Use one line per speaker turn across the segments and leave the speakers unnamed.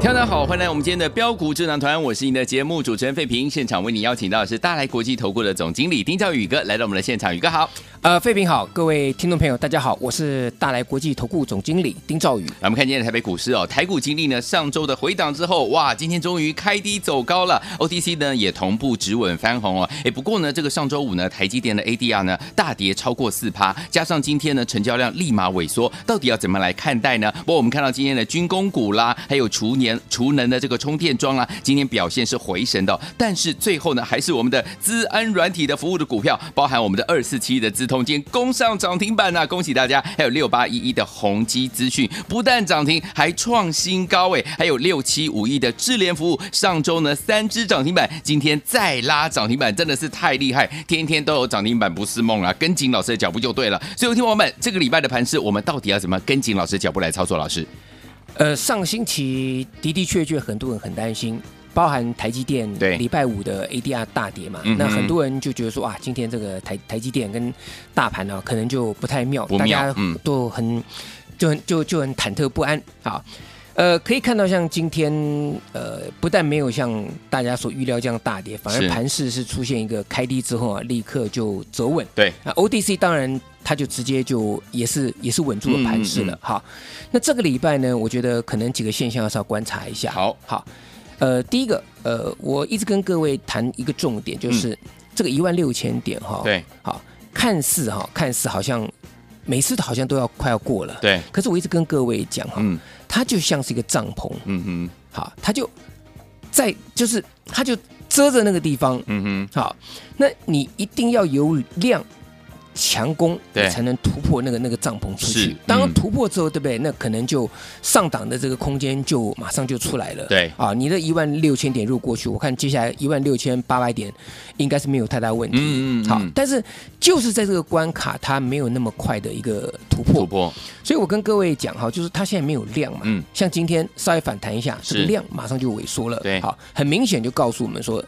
听众大家好，欢迎来我们今天的标股智囊团，我是你的节目主持人费平。现场为你邀请到的是大来国际投顾的总经理丁兆宇哥来到我们的现场，宇哥好。
呃，费平好，各位听众朋友，大家好，我是大来国际投顾总经理丁兆宇。
那我们看今天的台北股市哦，台股经历呢上周的回档之后，哇，今天终于开低走高了，OTC 呢也同步止稳翻红哦。哎，不过呢，这个上周五呢，台积电的 ADR 呢大跌超过四趴，加上今天呢成交量立马萎缩，到底要怎么来看待呢？不过我们看到今天的军工股啦，还有厨年厨能的这个充电桩啦，今天表现是回神的哦、但是最后呢，还是我们的资安软体的服务的股票，包含我们的二四七的资通，今天攻上涨停板呐、啊恭喜大家！还有六八一一的宏基资讯，不但涨停，还创新高哎，还有六七五一的智联服务，上周呢三只涨停板，今天再拉涨停板，真的是太厉害，天天都有涨停板不是梦啊！跟紧老师的脚步就对了。所以，听友们，这个礼拜的盘市，我们到底要怎么跟紧老师的脚步来操作？老师，
呃，上星期的的确确很多人很担心，包含台积电
对
礼拜五的 ADR 大跌嘛，
嗯哼
那很多人就觉得说啊，今天这个台台积电跟大盘呢、啊可能就不太妙，
不
大
妙
家
嗯
都很、就很就就很忐忑不安好，呃，可以看到，像今天，呃，不但没有像大家所预料这样大跌，反
是
而盘势是出现一个开低之后啊，立刻就走稳。
对，
那 ODC 当然它就直接就也是也是稳住了盘势了。
嗯嗯
好，那这个礼拜呢，我觉得可能几个现象是要观察一下。
好，
好，呃，第一个，呃，我一直跟各位谈一个重点，就是、这个一万六千点哈、
嗯对，
好，看似哈、看似好像每次好像都要快要过了，。
对，
可是我一直跟各位讲哈、
嗯
它就像是一个帐篷，
嗯哼，
好，它就在就是它就遮着那个地方，
嗯哼，
好，那你一定要有量强攻，
对
你才能突破那个那个帐篷出
是
去。当
嗯
然突破之后，对不对？那可能就上档的这个空间就马上就出来了。
对
啊，你的一万六千点入过去，我看接下来一万六千八百点应该是没有太大问题。
嗯嗯嗯
好，但是就是在这个关卡，它没有那么快的一个突破，
突破，
所以我跟各位讲哈，就是它现在没有量嘛，
嗯
像今天稍微反弹一下，
是
这个量马上就萎缩了，
对
好，很明显就告诉我们说，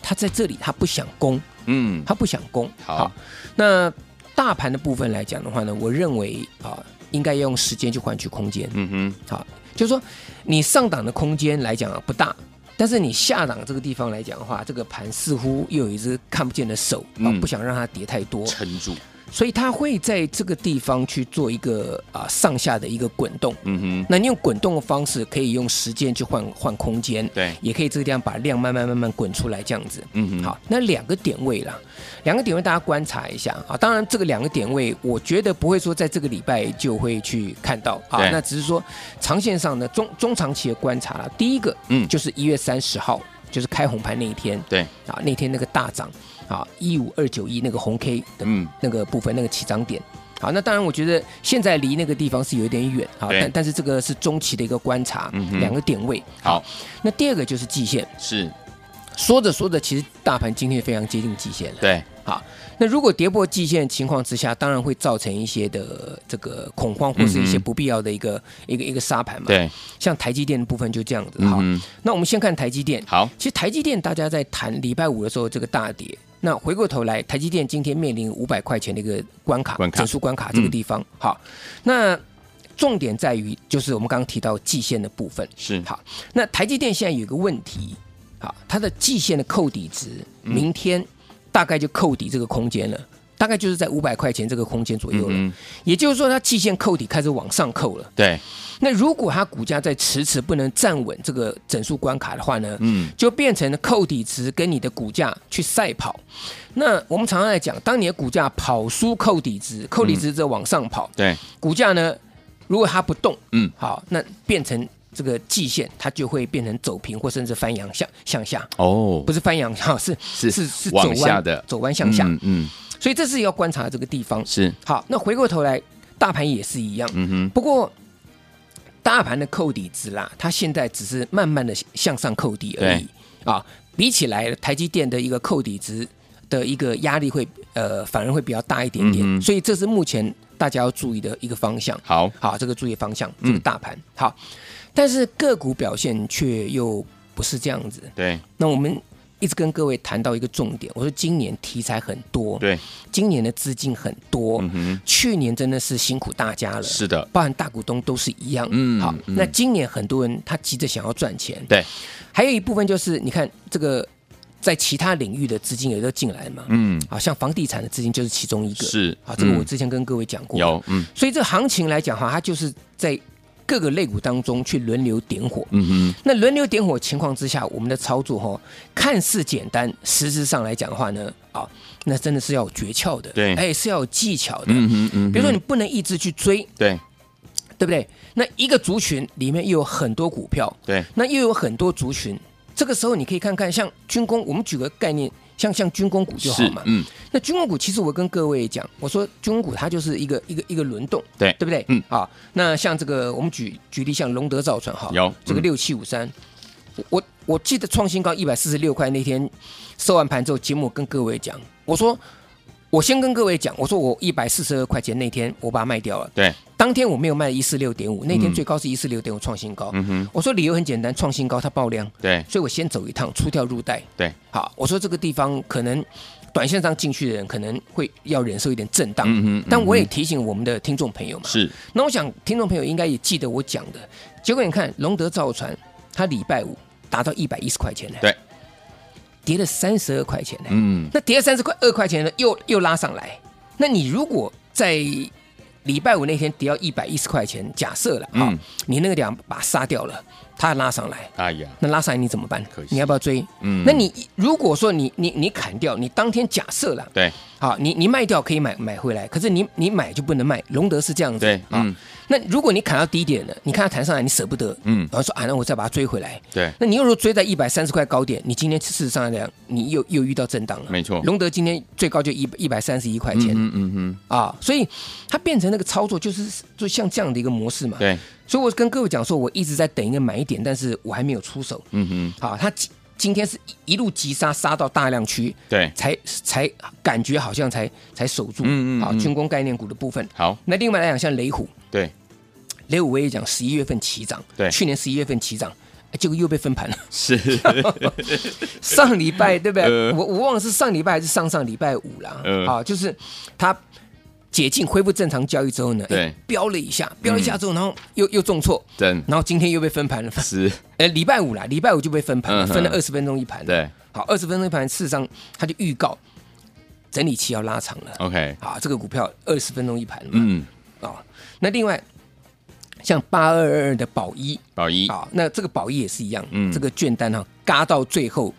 它在这里它不想攻，
嗯，
它不想攻。
好
那大盘的部分来讲的话呢，我认为啊，应该要用时间去换取空间。
嗯哼，
好，就是说你上档的空间来讲啊不大，但是你下档这个地方来讲的话，这个盘似乎又有一只看不见的手啊
嗯，
不想让它跌太多，
撑住，
所以它会在这个地方去做一个啊上下的一个滚动。
嗯哼，
那你用滚动的方式，可以用时间去换换空间，
对，
也可以这个地方把量慢慢慢慢滚出来，这样子。
嗯哼，，
好，那两个点位啦，两个点位大家观察一下啊。当然，这个两个点位，我觉得不会说在这个礼拜就会去看到啊
对。
那只是说长线上呢，中中长期的观察啦。第一个，
嗯
就是一月三十号，就是开红盘那一天
对，
啊，那天那个大涨啊，一五二九一那个红 K 的
嗯，
那个部分那个起涨点。好，那当然，我觉得现在离那个地方是有一点远啊，
对
但但是这个是中期的一个观察，
嗯哼
两个点位。
好，
那第二个就是季线，
是，
说着说着，其实大盘今天非常接近季线了。
对，
好，那如果跌破季线的情况之下，当然会造成一些的这个恐慌，或是一些
嗯哼
不必要的一个、一个一个沙盘嘛。，
对，
像台积电的部分就这样子。
嗯
好，
哼，
那我们先看台积电。
好，
其实台积电大家在谈礼拜五的时候这个大跌，那回过头来，台积电今天面临五百块钱的一个关卡，
关卡嗯
整数关卡这个地方。好，那重点在于就是我们刚刚提到季线的部分。
是，
好，那台积电现在有一个问题，好，它的季线的扣底值，明天大概就扣底这个空间了，大概就是在五百块钱这个空间左右了。
嗯哼，
也就是说，它季线扣底开始往上扣了。
对，
那如果它股价在迟迟不能站稳这个整数关卡的话呢，
嗯，
就变成了扣底值跟你的股价去赛跑。那我们常常在讲，当你的股价跑输扣底值，扣底值则往上跑，
对，
股价呢，如果它不动，
嗯，
好，那变成这个季线，它就会变成走平或甚至翻阳向向下，
哦，
不是翻阳哈，是
是
是是
往
走弯
下的
走弯向下。
嗯嗯，
所以这是要观察这个地方。
是，
好，那回过头来，大盘也是一样。
嗯哼，
不过大盘的扣底值啦，它现在只是慢慢的向上扣底而已啊。比起来，台积电的一个扣底值的一个压力会呃，反而会比较大一点点。
嗯哼
所以这是目前大家要注意的一个方向。
好，
好，这个注意方向，这个
嗯
大盘、好，但是个股表现却又不是这样子。
对
那我们一直跟各位谈到一个重点，我说今年题材很多，
对，
今年的资金很多，
嗯哼，
去年真的是辛苦大家了，
是的，
包含大股东都是一样。
嗯
好，
嗯
那今年很多人他急着想要赚钱，
对，
还有一部分就是你看这个在其他领域的资金也都进来嘛，
嗯，
好像房地产的资金就是其中一个，
是
啊，这个我
嗯
之前跟各位讲过，
有，嗯
所以这行情来讲哈，它就是在各个类股当中去轮流点火。
嗯哼，
那轮流点火情况之下，我们的操作哈、看似简单，实质上来讲的话呢，啊、那真的是要有诀窍的，
对
哎，是要有技巧的。
嗯哼，嗯哼，
比如说你不能一直去追，
对
对不对？那一个族群里面又有很多股票，
对，
那又有很多族群，这个时候你可以看看，像军工，我们举个概念，像像军工股就好
是
嘛，。
嗯，
那军工股其实我跟各位讲，我说军工股它就是一个一个一个轮动，
对
对不对？
嗯
啊，那像这个我们举举例，像龙德造船哈，
有
这个
嗯
六七五三，我我记得创新高一百四十六块那天收完盘之后，节目跟各位讲，我说我先跟各位讲，我说我一百四十二块钱那天我把它卖掉了，
对，
当天我没有卖一四六点五，那天
嗯
最高是一四六点五创新高，
嗯哼，
我说理由很简单，创新高它爆量，
对
所以我先走一趟，出掉入袋。
对，
好，我说这个地方可能短线上进去的人可能会要忍受一点震荡，
嗯哼嗯哼
但我也提醒我们的听众朋友嘛，，
是，
那我想听众朋友应该也记得我讲的，结果你看龙德造船，它礼拜五达到一百一十块钱呢，
对，
跌了三十二块钱呢，
嗯，
那跌了三十块二块钱呢，又又拉上来，那你如果在礼拜五那天跌到一百一十块钱，假设了啊、
嗯
你那个两把它杀掉了，它拉上来，
哎呀，
那拉上来你怎么办
可惜？
你要不要追？
嗯
那你如果说你你你砍掉，你当天假设了，
对
好，你你卖掉可以买买回来，可是你你买就不能卖。隆德是这样子，
对，
啊。
嗯
那如果你砍到低点了，你看它弹上来，你舍不得，
嗯
然，后说啊，那我再把它追回来。
对，
那你又如果追在一百三十块高点，你今天事实上来讲，你又又遇到震荡了。
没错
隆德今天最高就一一百三十一块钱、
嗯嗯嗯，
啊，所以它变成那个操作就是就像这样的一个模式嘛。
对，
所以我跟各位讲说，我一直在等一个买点，但是我还没有出手。
嗯哼，
好，它今今天是一一路急杀，杀到大量区，
对，
才才感觉好像才才守住。
嗯嗯
好，
嗯
军工概念股的部分。
好，
那另外来讲，像雷虎，
对，
雷虎我也讲十一月份起涨，
对
去年十一月份起涨。哎结果又被分盘了。
是，
上礼拜对不对？
呃
我我忘了是上礼拜还是上上礼拜五啦。
呃
啊，就是它解禁恢复正常交易之后呢，
对嗯
哎，飙了一下，飙了一下之后，然后又又重挫，
真
然后今天又被分盘了。
是，
呃，礼拜五啦，礼拜五就被分盘了，
嗯哼
分了二十分钟一盘。，
对
好，二十分钟一盘，事实上它就预告整理期要拉长了。
，OK，
啊，这个股票二十分钟一盘嘛。
哦嗯，
啊，那另外像八二二二的宝一
宝仪，
啊，那这个宝一也是一样，
嗯
这个券单哈、嘎到最后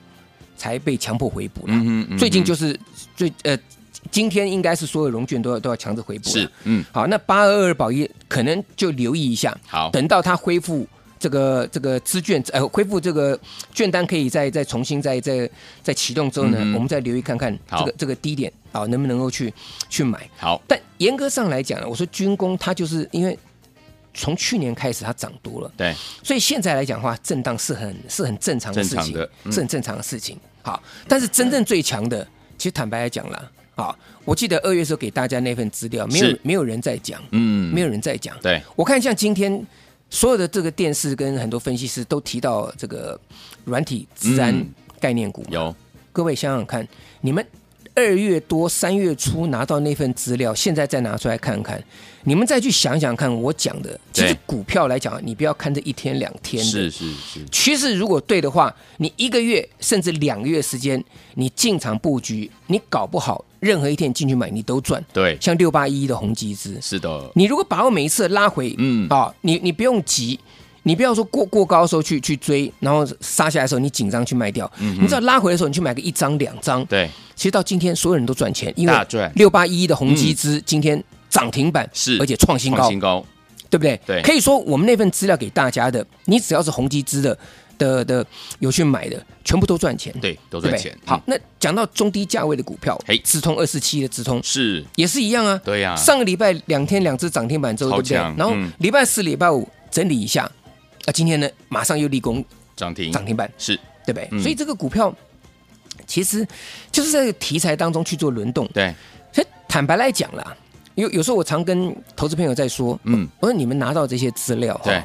才被强迫回补
嗯
了。
哼嗯哼
最近就是最呃，今天应该是所有融券都要都要强制回补了。
是，嗯，
好，那八二二宝一可能就留意一下，
好，
等到它恢复这个这个资券呃恢复这个券单可以再再重新再再再启动之后呢，
嗯哼
我们再留意看看这
好
个这个低点啊、能不能够去去买。
好，
但严格上来讲呢，我说军工它就是因为从去年开始它涨多了，
对，
所以现在来讲的话，震荡是很是很正常的事
正
情
常的，嗯
是很正常的事情。好，但是真正最强的，其实坦白来讲啦，啊，我记得二月时候给大家那份资料，没有
是
没有人在讲，
嗯，
没
有，
有人在讲。
对，
我看像今天所有的这个电视跟很多分析师都提到这个软体自然
嗯
概念股嘛，
有，
各位想想看，你们二月多三月初拿到那份资料，现在再拿出来看看，你们再去想想看我讲的。其实
对
股票来讲，你不要看这一天两天的。
是是是，
趋势如果对的话，你一个月甚至两个月时间，你进场布局，你搞不好任何一天你进去买你都赚。
对，
像六八一的宏基资，
是的，
你如果把握每一次的拉回，
嗯
嗯，啊、你你不用急，你不要说过过高的时候去去追，然后杀下来的时候你紧张去卖掉，你知道拉回的时候你去买个一张两张，
嗯对，
其实到今天所有人都赚钱，因为
大赚嗯
六八一的宏基资今天涨停板
是
而且创新高，
新高，
对不对？
对
可以说我们那份资料给大家的，你只要是宏基资的的的有去买的，全部都赚钱，
对，都
对不对，
赚钱。
好
嗯，，
那讲到中低价位的股票
嘿，
直通二四七的直通
是
也是一样啊。
对呀
上个礼拜两天两只涨停板之后，
超
对不对？
强
然后
嗯
礼拜四、礼拜五整理一下，啊，今天呢马上又立功
涨停，
涨停板，
是，
对不对？
嗯
所以这个股票其实就是在题材当中去做轮动。
对，
所以坦白来讲啦，有有时候我常跟投资朋友在说，
嗯，
我说你们拿到这些资料，哈
对，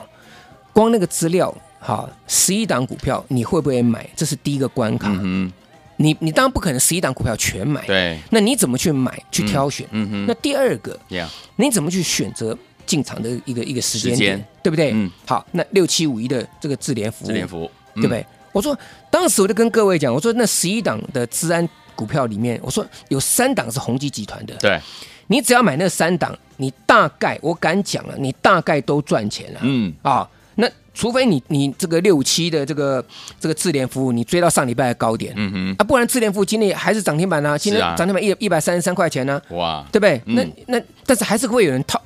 光那个资料，哈，十一档股票你会不会买？这是第一个关卡。
嗯，
你你当然不可能十一档股票全买，
对，
那你怎么去买去挑选？
嗯哼，
那第二个，
呀，
你怎么去选择进场的一个一个时间点，
时间
对不对？
嗯
好，那六七五一的这个智联服务，
智联服务，嗯
对不对？？我说当时我就跟各位讲，我说那十一档的治安股票里面，我说有三档是宏基集团的，
对，
你只要买那三档，你大概我敢讲了、啊，你大概都赚钱了、
嗯，
啊。那除非你你这个六七的这个这个智联服务，你追到上礼拜的高点，
嗯哼，
啊，不然智联服务今天还是涨停板啊，今天
是啊
涨停板一一百三十三块钱啊呢、
哇，
对不对？
嗯
那那但是还是会有人套，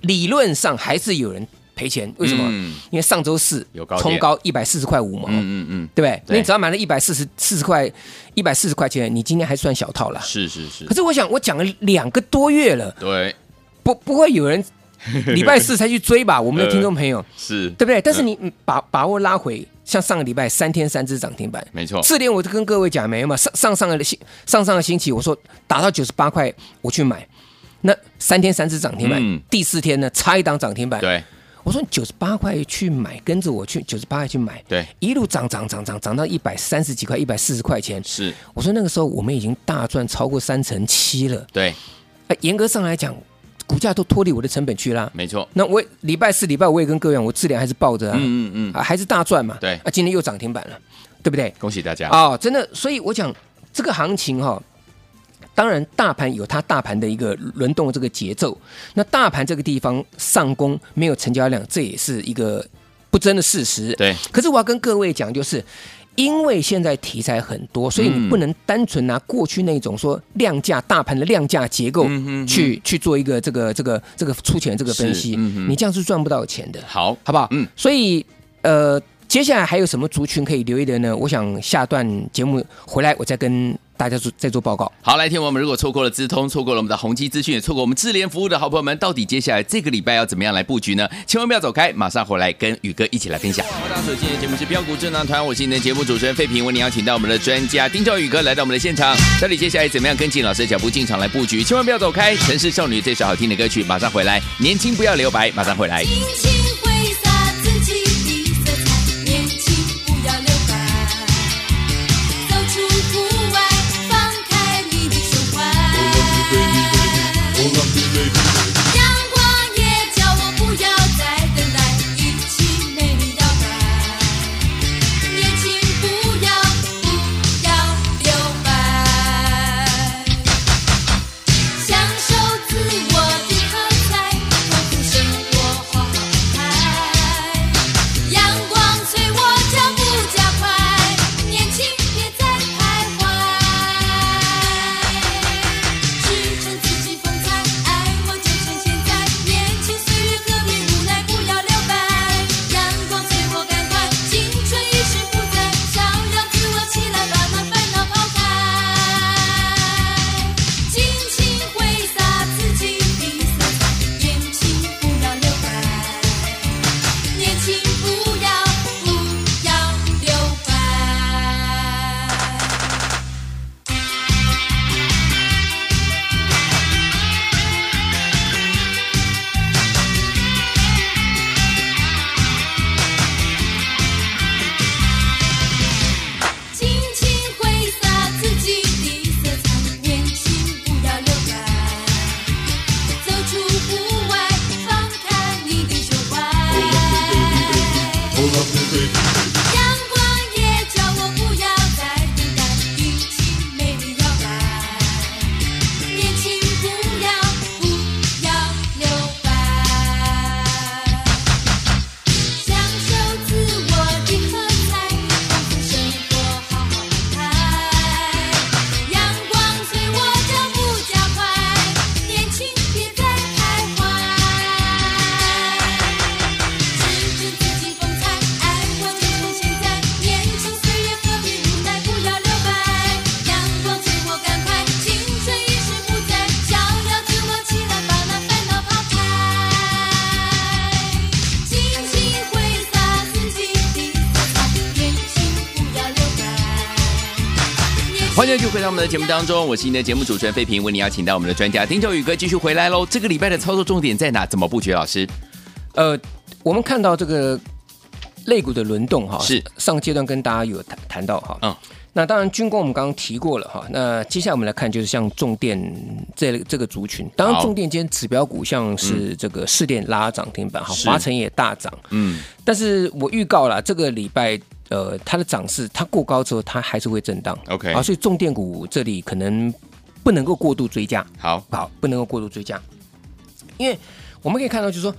理论上还是有人赔钱，为什么？
嗯
因为上周四
有高点
冲高一百四十块五
嗯
毛，
嗯嗯，
对不对？
对
你只要买了一百四十四十块一百四十块钱，你今天还算小套了。
是是是
可，是我想，我讲了两个多月了，
对，
不不会 有人礼拜四才去追吧？我们
呃
的听众朋友，
是，
对不对？但是
嗯
你嗯把把握拉回，像上个礼拜三天三只涨停板，
没错，
四连我就跟各位讲没有嘛，上上上个星上上个星期我说达到九十八块我去买，那三天三只涨停板，
嗯
第四天呢差一档涨停板，
对
我说九十八块去买，跟着我去九十八块去买，
对，
一路涨涨涨涨涨到一百三十几块，一百四十块钱。
是，
我说那个时候我们已经大赚超过三成七了，
对，
呃严格上来讲，股价都脱离我的成本区啦。
没错，
那我也礼拜四、礼拜五我也跟各位讲，我质量还是抱着啊，
嗯嗯嗯，
啊还是大赚嘛。
对
啊，今天又涨停板了，对不对？
恭喜大家，
哦，真的，所以我讲这个行情哈、当然大盘有它大盘的一个轮动的这个节奏，那大盘这个地方上攻没有成交量，这也是一个不争的事实。
对，
可是我要跟各位讲，就是因为现在题材很多，所以
嗯
你不能单纯拿过去那种说量价大盘的量价结构去、
嗯哼
去做一个这个这个这个粗浅的这个分
是
析，
嗯哼
你这样是赚不到钱的。
好，
好不好？
嗯
嗯，所以呃，接下来还有什么族群可以留意的呢？我想下段节目回来我再跟大家做再做报告。
好，来，听我们如果错过了资通，错过了我们的宏基资讯，也错过我们智联服务的好朋友们，到底接下来这个礼拜要怎么样来布局呢？千万不要走开，马上回来跟宇哥一起来分享。大家所今天的节目是标股智囊团，我是你的节目主持人费平，为您邀请到我们的专家丁兆宇哥来到我们的现场，到底接下来怎么样跟进老师的脚步进场来布局？千万不要走开，《城市少女》这首好听的歌曲，马上回来，年轻不要留白，马上回来。
尽情挥洒自己的色彩，年轻不要留白。走出户外，放开你的胸怀。阳光也叫我不要再等待，一起美丽摇摆。年轻不要不要留白。享受自我的喝彩，丰富生活花好
欢迎继续回到我们的节目当中，我是您的节目主持人费平，为您邀请到我们的专家丁兆宇哥继续回来喽。这个礼拜的操作重点在哪？怎么布局？老师
呃，我们看到这个肋骨的轮动哈，
是
上阶段跟大家有谈谈到哈，
嗯，
那当然军工我们刚刚提过了哈，那接下来我们来看就是像重电这这个族群，当然
好嗯
重电今天指标股像是这个市电拉涨停板，哈，
是
华晨也大涨，
嗯，
但是我预告了这个礼拜。呃，它的涨势它过高之后，它还是会震荡。
OK
啊，所以重电股这里可能不能够过度追加。
好，
好，不能够过度追加，因为我们可以看到，就是说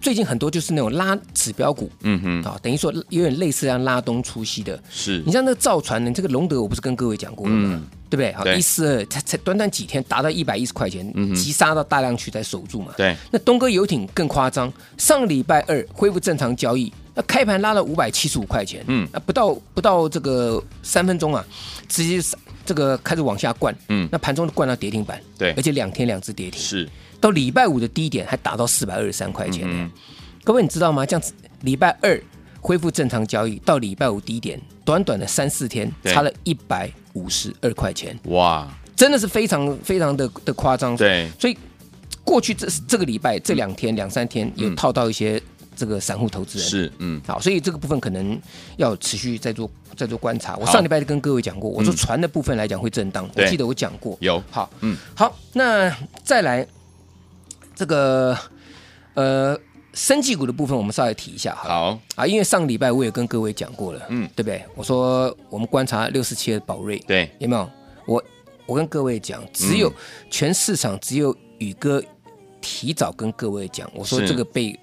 最近很多就是那种拉指标股
嗯哼，
啊，等于说有点类似像拉东出西的。
是
你，像那个造船呢，这个龙德我不是跟各位讲过了吗？
嗯
对不对？好，
对
一四二，它才短短几天达到一百一十块钱
嗯哼，
急杀到大量区才守住嘛。
对，
那东哥游艇更夸张，上个礼拜二恢复正常交易，那开盘拉了五百七十五块钱，
嗯
那不到不到这个三分钟啊，直接这个开始往下灌，
嗯
那盘中灌到跌停板，
对
而且两天两只跌停，
是，
到礼拜五的低点还打到四百二十三块钱、
嗯
各位你知道吗？这样子礼拜二恢复正常交易，到礼拜五低点，短短的三四天
对
差了一百五十二块钱，
哇，
真的是非常非常的的夸张，
嗯对，
所以过去这这个礼拜这两天两三天有
嗯
套到一些这个散户投资人，
是，嗯，
好，所以这个部分可能要持续再做再做观察。我
好
上礼拜就跟各位讲过，我说
嗯
船的部分来讲会震荡，我
对
记得我讲过。
有，
好，
嗯，
好，那再来这个呃，生技股的部分，我们稍微提一下好了
好，
啊，因为上礼拜我也跟各位讲过了，
嗯
嗯，对不对？我说我们观察六四七的宝瑞，
对，
有没有？我我跟各位讲，只
嗯
有、全市场只有宇哥提早跟各位讲，我说
是
这个被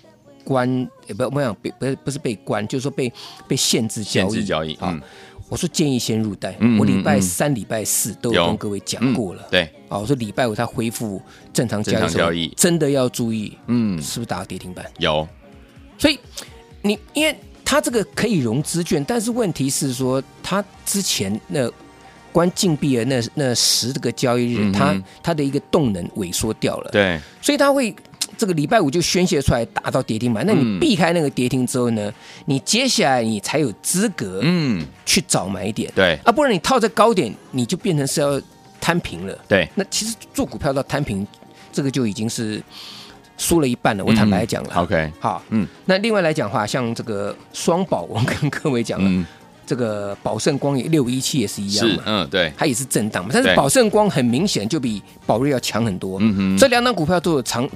关，也不不想被不是不是被关，就是说被被限制交
限
易。
制交易，
啊
嗯，
我说建议先入袋，
嗯
我礼
嗯
拜
嗯
三、礼拜四都
有
有跟各位讲过了。
嗯对，
啊，我说礼拜五它恢复正常交易的时
正常
候，
交易
真的要注意，
嗯，
是不是打到跌停板？
有，
所以你因为它这个可以融资券，但是问题是说，它之前那关禁闭的那那十个交易
嗯哼嗯
日，它它的一个动能萎缩掉了，
对，
所以它会。这个礼拜五就宣泄出来，打到跌停板。那
嗯
你避开那个跌停之后呢，你接下来你才有资格
嗯，
去找买点
对，
啊，不然你套在高点，你就变成是要摊平了。
对，
那其实做股票到摊平，这个就已经是输了一半
嗯
了。我坦白讲了，
，OK，
好，
嗯
嗯，那另外来讲的话，像这个双宝，我们跟各位讲了，
嗯，
这个宝盛光也六一七也是一样
是
嘛，，
嗯，对，
它也是震荡嘛，但是
对
宝盛光很明显就比宝瑞要强很多，
嗯哼
这两档股票都有长，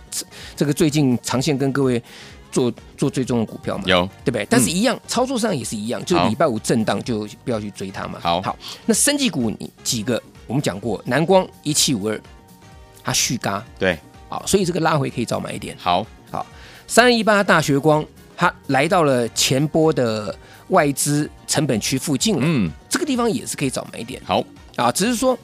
这个最近长线跟各位做做追踪的股票嘛，
有，嗯
对不对？但是一样，操作上也是一样，就是礼拜五震荡就不要去追它嘛。
好
好，那生技股你几个我们讲过，南光一七五二，它续嘎，
对，嗯
好，所以这个拉回可以早买一点。
好，
三一八大学光，它来到了前波的外资成本区附近了，
嗯，
这个地方也是可以早买点
好，
啊，只是说，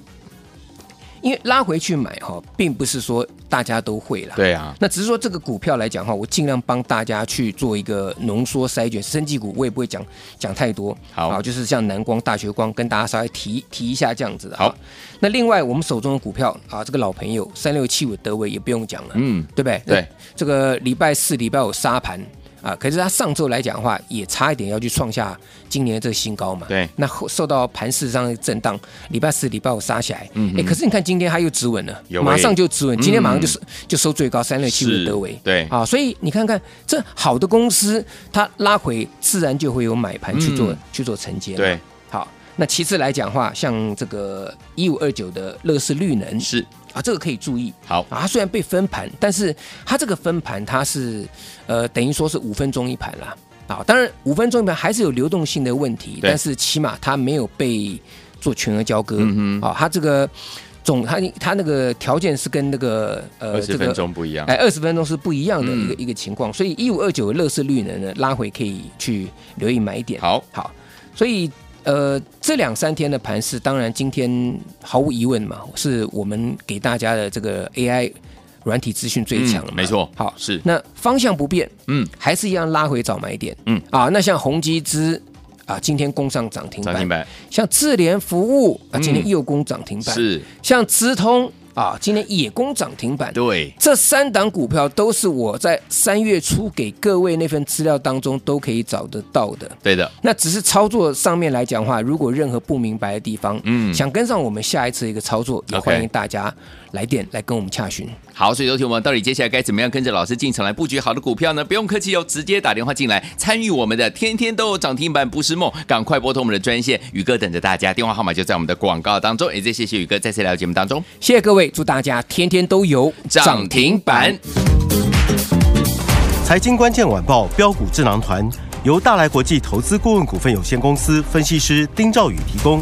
因为拉回去买哈，并不是说大家都会啦。
对啊，
那只是说这个股票来讲哈，我尽量帮大家去做一个浓缩筛选，生技股我也不会讲讲太多，
好
啊，就是像南光、大学光跟大家稍微提提一下这样子的。
好，
那另外我们手中的股票啊，这个老朋友三六七五德维也不用讲了，
嗯，
对不对？
对，
这个礼拜四、礼拜五杀盘啊，可是它上周来讲的话，也差一点要去创下今年的这个新高嘛。
对
那后受到盘势上的震荡，礼拜四、礼拜五杀起来，
嗯
嗯，哎，可是你看今天它又止稳了，
有欸嗯
马上就止稳，今天马上就收、就收最高三六七
是
五德维，
对
啊，所以你看看这好的公司，它拉回自然就会有买盘去做、
嗯
去做承接，
对，，
好。那其次来讲的话，像这个一五二九的乐视绿能
是，
啊，这个可以注意，
好，
啊，它虽然被分盘，但是它这个分盘它是呃等于说是五分钟一盘啦。啊，当然五分钟一盘还是有流动性的问题，
对
但是起码它没有被做全额交割。
嗯哼
啊，它这个总它它那个条件是跟那个呃
二十分。钟不一样
哎，，二十分钟是不一样的
嗯
一个、一个情况，所以一五二九的乐视率呢呢拉回可以去留意买点。
好，
好，所以呃，这两三天的盘势，当然今天毫无疑问嘛，是我们给大家的这个 AI 软体资讯最强、了嘛
嗯没错
好，
是
那方向不变，
嗯，
还是一样拉回早买点，
嗯
啊，那像宏基资啊，今天攻上涨停
涨
板，
停板
像智联服务啊，今
嗯
天又攻涨停板，
是，
像资通啊，今天也攻涨停板。
对，
这三档股票都是我在三月初给各位那份资料当中都可以找得到的。
对的，
那只是操作上面来讲的话，如果任何不明白的地方，
嗯
想跟上我们下一次一个操作，也
OK
欢迎大家来电来跟我们洽询。
好，所以有听我们到底接下来该怎么样跟着老师进场来布局好的股票呢？不用客气哦，直接打电话进来参与我们的天天都有涨停板不是梦，赶快拨通我们的专线，宇哥等着大家，电话号码就在我们的广告当中。也再谢谢宇哥再次来到节目当中，
谢谢各位，祝大家天天都有
涨停板。
财经关键晚报标股智囊团由大来国际投资顾问股份有限公司分析师丁兆宇提供。